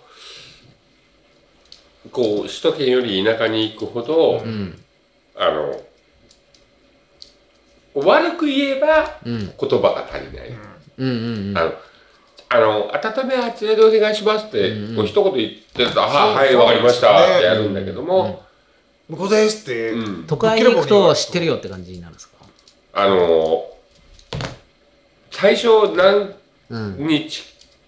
[SPEAKER 2] こう首都圏より田舎に行くほど、
[SPEAKER 1] うん。
[SPEAKER 2] あの悪く言えば
[SPEAKER 1] うん。
[SPEAKER 2] 言葉が足りない、
[SPEAKER 1] うんうん
[SPEAKER 2] あのあの温めあちらでお願いしますって、
[SPEAKER 1] うんうん
[SPEAKER 2] こう一言言ってると「あ
[SPEAKER 3] そう
[SPEAKER 2] はい
[SPEAKER 3] そう
[SPEAKER 2] わかりました」
[SPEAKER 3] ですね
[SPEAKER 2] ってやるんだけども、
[SPEAKER 3] 向こうですって、
[SPEAKER 2] うん
[SPEAKER 1] 都会に行くと知ってるよって感じになるんですか
[SPEAKER 2] あの最初何
[SPEAKER 1] うん。
[SPEAKER 2] 日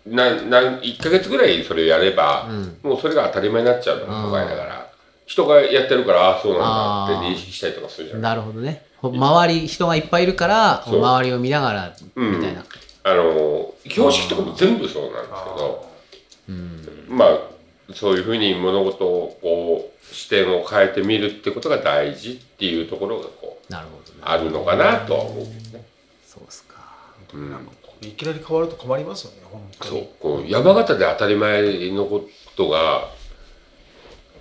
[SPEAKER 2] 何何1ヶ月ぐらいそれやれば、
[SPEAKER 1] うん
[SPEAKER 2] もうそれが当たり前になっちゃうの都会だから、人がやってるから、ああ、そうなんだっ
[SPEAKER 1] あ
[SPEAKER 2] て
[SPEAKER 1] ー
[SPEAKER 2] 認識したりとかするじゃん。
[SPEAKER 1] なるほどね。ほ周り、人がいっぱいいるから、
[SPEAKER 2] そう
[SPEAKER 1] 周りを見ながら、
[SPEAKER 2] うん
[SPEAKER 1] みたいな。
[SPEAKER 2] あの、標識とかも全部そうなんですけど、まあ、そういうふうに物事をこう、視点を変えてみるってことが大事っていうところがこう、
[SPEAKER 1] なるほどね。
[SPEAKER 2] あるのかなとは思うけどね。
[SPEAKER 1] そうっすか。
[SPEAKER 2] うん
[SPEAKER 3] いきなり変わると困りますよね本当
[SPEAKER 2] そう
[SPEAKER 3] に
[SPEAKER 2] こう山形で当たり前のことが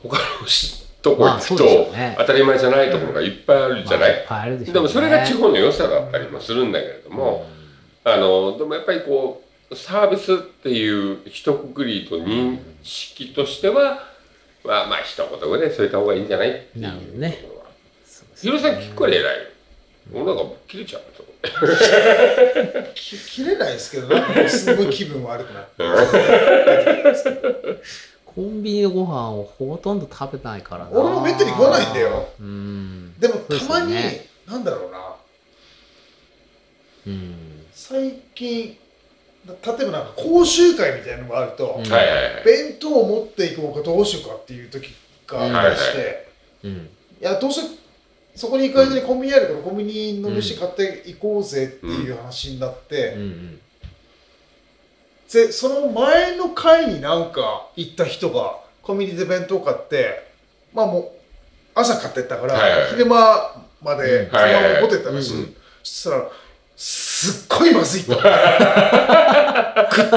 [SPEAKER 2] 他のしとこ
[SPEAKER 1] ま
[SPEAKER 2] 行
[SPEAKER 1] あ
[SPEAKER 2] く
[SPEAKER 1] そう
[SPEAKER 2] と、
[SPEAKER 1] ですよね
[SPEAKER 2] 当たり前じゃないところがいっぱいあるじゃない、
[SPEAKER 1] まあいっぱいあるでしょうね
[SPEAKER 2] でもそれが地方の良さだったりもするんだけれども、あのでもやっぱりこうサービスっていう一括りと認識としては、まあまあ一言ぐらい添えた方がいいんじゃないっていう
[SPEAKER 1] なるほどね
[SPEAKER 2] ところは
[SPEAKER 1] そうです
[SPEAKER 2] ヒロさん聞くから偉いよ俺なんか切れちゃうそこで
[SPEAKER 3] き切れないですけどなんかすごい気分悪 くなる
[SPEAKER 1] コンビニのご飯をほとんど食べないからな。
[SPEAKER 3] 俺もめったに食わないんだよ
[SPEAKER 1] うん。
[SPEAKER 3] でもたまに、
[SPEAKER 1] そうですよね
[SPEAKER 3] なんだろうな
[SPEAKER 1] うん。
[SPEAKER 3] 最近例えばなんか講習会みたいなのがあると、
[SPEAKER 1] うん
[SPEAKER 2] はいはいはい
[SPEAKER 3] 弁当を持っていこうかどうしようかっていう時があったりして、
[SPEAKER 2] うん
[SPEAKER 1] うん。
[SPEAKER 3] いやどうせそこに行く間にコンビニあるからコンビニの飯買っていこうぜっていう話になって、
[SPEAKER 1] うんうん。
[SPEAKER 3] でその前の回になんか行った人がコンビニで弁当買ってまあもう朝買ってったから、
[SPEAKER 2] はいはい
[SPEAKER 3] 昼間までその
[SPEAKER 2] はいはい
[SPEAKER 3] ま
[SPEAKER 2] はい
[SPEAKER 3] ま持ってったらしい、
[SPEAKER 1] うんう
[SPEAKER 3] そしたらすっごいまずい と食った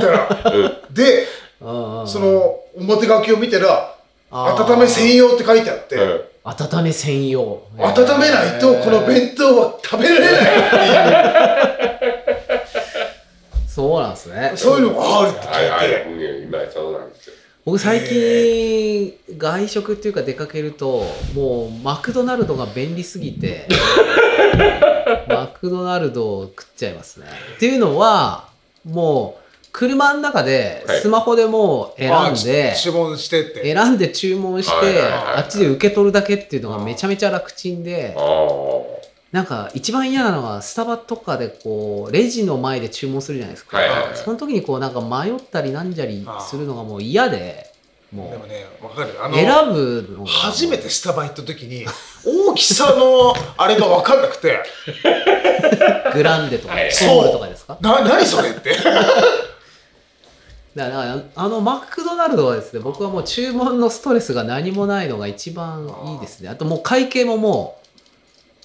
[SPEAKER 3] らでそ
[SPEAKER 1] そ、
[SPEAKER 3] の表書きを見たら「
[SPEAKER 1] あー
[SPEAKER 3] 温め専用」って書いてあって、
[SPEAKER 2] うん
[SPEAKER 1] 温め専用。
[SPEAKER 3] 温めないとこの弁当は食べられないって
[SPEAKER 1] そうなんですね
[SPEAKER 3] いう。そういうのがあるって聞いて、
[SPEAKER 2] はいはいうん今そうなんですよ
[SPEAKER 1] 僕最近、外食っていうか出かけると、もうマクドナルドが便利すぎ て、マクドナルドを食っちゃいますね。っていうのは、もう、車の中で
[SPEAKER 2] はい
[SPEAKER 1] スマホでもう選んで、
[SPEAKER 3] あ注文してって
[SPEAKER 1] 選んで注文して、
[SPEAKER 2] はいはいはいはい
[SPEAKER 1] あっちで受け取るだけっていうのがめちゃめちゃ楽ちんで
[SPEAKER 2] あ、あ
[SPEAKER 1] なんか一番嫌なのはスタバとかでこう、レジの前で注文するじゃないですか。
[SPEAKER 2] はいはいはい
[SPEAKER 1] その時にこうなんか迷ったりなんじゃりするのがもう嫌で、
[SPEAKER 3] で
[SPEAKER 1] も
[SPEAKER 3] も
[SPEAKER 1] う
[SPEAKER 3] ねわかるあの
[SPEAKER 1] 選ぶのが
[SPEAKER 3] 初めてスタバ行った時に大きさのあれが分かんなくて
[SPEAKER 1] グランデとか
[SPEAKER 2] はい
[SPEAKER 1] ソールとかですか
[SPEAKER 3] な何それって
[SPEAKER 1] だからあのマクドナルドはですね僕はもう注文のストレスが何もないのが一番いいですねあともう会計ももう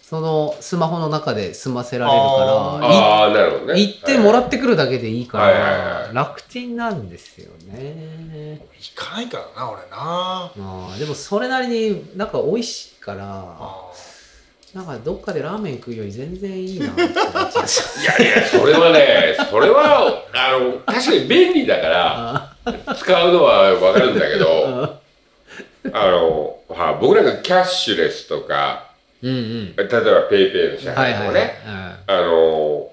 [SPEAKER 1] そのスマホの中で済ませられるからい
[SPEAKER 2] ああ、なるほどね。
[SPEAKER 1] 行ってもら
[SPEAKER 2] っ
[SPEAKER 1] ってくるだけでいいか
[SPEAKER 2] はいはいは
[SPEAKER 1] ら
[SPEAKER 2] い
[SPEAKER 1] 楽ちんなんですよね、
[SPEAKER 3] 行かないからな俺な
[SPEAKER 1] あーでもそれなりになんか美味しいから
[SPEAKER 3] あ
[SPEAKER 1] なんかどっかでラーメン食うより全然いいなって思っちゃいました
[SPEAKER 2] いやいや、それはね、それは、あの、確かに便利だから、
[SPEAKER 1] あ
[SPEAKER 2] 使うのはわかるんだけど、
[SPEAKER 1] ー
[SPEAKER 2] あの、は僕なんかキャッシュレスとか、
[SPEAKER 1] うんうん
[SPEAKER 2] 例えばペイペイの支
[SPEAKER 1] は
[SPEAKER 2] 払
[SPEAKER 1] い
[SPEAKER 2] いと
[SPEAKER 1] はい
[SPEAKER 2] か
[SPEAKER 1] はい
[SPEAKER 2] ね、あの、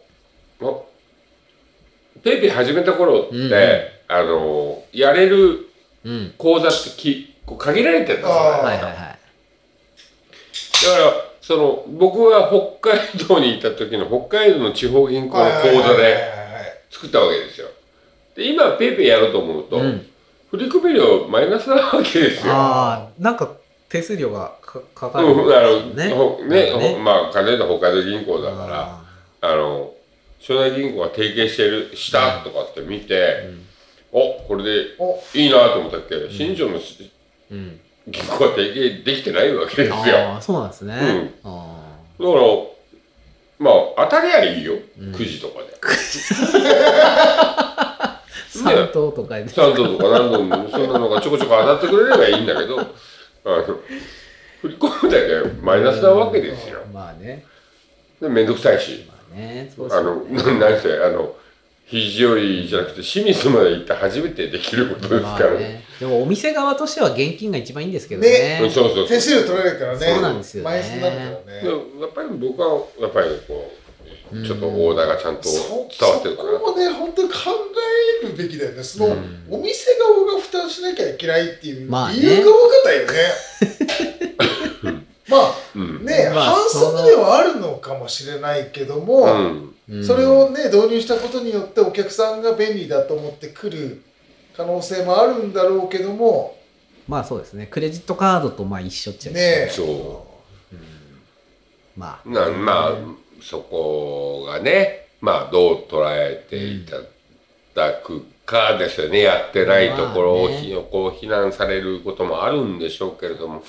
[SPEAKER 2] もペイペイ始めた頃って、
[SPEAKER 1] うんうん
[SPEAKER 2] あの、やれる
[SPEAKER 1] うんうん
[SPEAKER 2] 口座ってきこう限られてたんですよ
[SPEAKER 3] あー
[SPEAKER 2] ね。
[SPEAKER 1] はいはいはい
[SPEAKER 2] だからその僕は北海道にいた時の北海道の地方銀行の口座で作ったわけですよで今ペイペイやろうと思うと、
[SPEAKER 1] うん
[SPEAKER 2] 振り込み料マイナスなわけですよ
[SPEAKER 1] ああなんか手数料がかかか
[SPEAKER 2] う
[SPEAKER 1] るん
[SPEAKER 2] ん あの
[SPEAKER 1] ですよ
[SPEAKER 2] ほねほまあ金で北海道銀行だから
[SPEAKER 1] あ
[SPEAKER 2] あの湘南銀行が提携してるしたとかって見て、おこれ
[SPEAKER 3] お
[SPEAKER 2] でいいなと思ったっけど新庄のし
[SPEAKER 1] ーうん
[SPEAKER 2] 銀行は提携できてないわけですよだから
[SPEAKER 1] あーそうなんですね、
[SPEAKER 2] ん
[SPEAKER 1] あ
[SPEAKER 2] まあ当たりゃいいよ、
[SPEAKER 1] うん
[SPEAKER 2] 9時とかで
[SPEAKER 1] ー三等とかで
[SPEAKER 2] 3度とか何度もそんなのがちょこちょこ当たってくれればいいんだけどあの振り込むだけマイナスなわけですよ
[SPEAKER 1] まあね
[SPEAKER 2] で面倒くさいし
[SPEAKER 1] まあねそうです
[SPEAKER 2] あ
[SPEAKER 1] よ
[SPEAKER 2] の
[SPEAKER 1] ね
[SPEAKER 2] な何せあの肘折りじゃなくて清水まで行って初めてできることです
[SPEAKER 1] ま
[SPEAKER 2] か
[SPEAKER 1] あ
[SPEAKER 2] ら、
[SPEAKER 1] ねでもお店側としては現金が一番いいんですけど
[SPEAKER 3] ね
[SPEAKER 1] ね
[SPEAKER 2] そうそうそう
[SPEAKER 3] 手数料取られるからね
[SPEAKER 1] そうなんですよね
[SPEAKER 3] マイナスになるから
[SPEAKER 2] で
[SPEAKER 3] ね
[SPEAKER 2] もやっぱり僕はやっぱりこうちょっとオーダーがちゃんと
[SPEAKER 3] そ
[SPEAKER 2] 伝わってる
[SPEAKER 3] そ
[SPEAKER 2] かな
[SPEAKER 3] こもね本当に考えるべきだよねその、
[SPEAKER 1] うん
[SPEAKER 3] お店側が負担しなきゃいけないっていう理由が
[SPEAKER 1] まあね
[SPEAKER 3] 分かったよね まあ
[SPEAKER 2] うん、
[SPEAKER 3] ね、
[SPEAKER 1] まあ
[SPEAKER 3] 反
[SPEAKER 1] その
[SPEAKER 3] 則ではあるのかもしれないけども、
[SPEAKER 2] うん、
[SPEAKER 1] うん
[SPEAKER 3] それをね導入したことによってお客さんが便利だと思ってくる可能性もあるんだろうけども
[SPEAKER 1] まあそうですねクレジットカードとまあ一緒っちゃ一緒、
[SPEAKER 3] ねえ
[SPEAKER 2] そ
[SPEAKER 1] まあ
[SPEAKER 2] うなまあそこがねまあどう捉えていただくかですよねやってないところをひこう非難されることもあるんでしょうけれども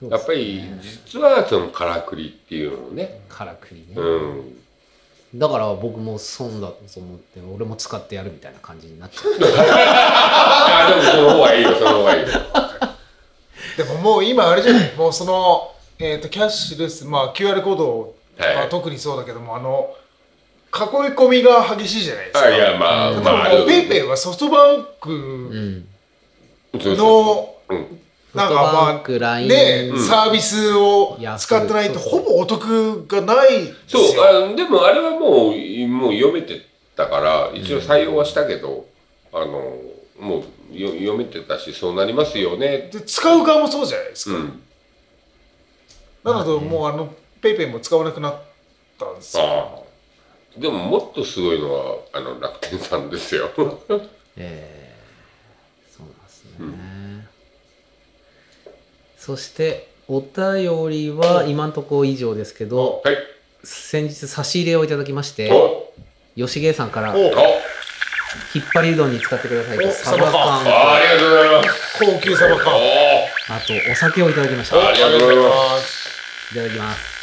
[SPEAKER 1] そう
[SPEAKER 2] や
[SPEAKER 1] で
[SPEAKER 2] っ
[SPEAKER 1] す
[SPEAKER 2] ぱ
[SPEAKER 1] ね
[SPEAKER 2] り実はそのからくりっていうのをね
[SPEAKER 1] からくりね、
[SPEAKER 2] うん
[SPEAKER 1] だから僕も損だと思って俺も使ってやるみたいな感じになっちゃう
[SPEAKER 2] あでもその方がいいよその方がいいよ
[SPEAKER 3] でももう今あれじゃない もうその、えー、とキャッシュレス、まあ、QR コード
[SPEAKER 2] は
[SPEAKER 3] はい特にそうだけども、あの囲い込みが激しいじゃないですか。
[SPEAKER 2] あいやまあ
[SPEAKER 3] でも
[SPEAKER 2] まあ
[SPEAKER 3] ペイペイはソフトバン
[SPEAKER 1] う
[SPEAKER 3] ク
[SPEAKER 1] ん
[SPEAKER 2] そうそう
[SPEAKER 3] の
[SPEAKER 2] うん
[SPEAKER 3] なんか
[SPEAKER 1] ソフトバ
[SPEAKER 3] ま
[SPEAKER 1] ンク
[SPEAKER 3] あ
[SPEAKER 1] LINE
[SPEAKER 3] ね
[SPEAKER 2] うん
[SPEAKER 3] サービスを
[SPEAKER 1] いや
[SPEAKER 3] 使ってないと
[SPEAKER 1] そうそ
[SPEAKER 3] ほ
[SPEAKER 1] う
[SPEAKER 3] ぼお得がないです
[SPEAKER 2] そう
[SPEAKER 3] よ。
[SPEAKER 2] あでもあれはもうもう読めてたから一応採用はしたけど、あのもうよ読めてたしそうなりますよね
[SPEAKER 3] で使う側もそうじゃないです
[SPEAKER 2] う
[SPEAKER 3] か。
[SPEAKER 2] ん
[SPEAKER 3] なの
[SPEAKER 1] ま
[SPEAKER 3] で
[SPEAKER 1] あね
[SPEAKER 3] もうあのペイペイも使わなくなったんですよ。
[SPEAKER 2] ああでももっとすごいのはあの楽天さんですよ
[SPEAKER 1] えー、そうなんですね、そしてお便りは今のところ以上ですけど
[SPEAKER 2] はい
[SPEAKER 1] 先日差し入れをいただきまして
[SPEAKER 2] お
[SPEAKER 1] 吉芸さんから
[SPEAKER 3] お
[SPEAKER 2] お
[SPEAKER 1] 引っ張りうどんに使ってくださいと
[SPEAKER 3] お
[SPEAKER 1] サバ缶と
[SPEAKER 2] あありがとうございます
[SPEAKER 3] 高級サバ缶。。
[SPEAKER 2] お
[SPEAKER 1] あとお酒をいただきました
[SPEAKER 2] ありがとうございます
[SPEAKER 1] いただきます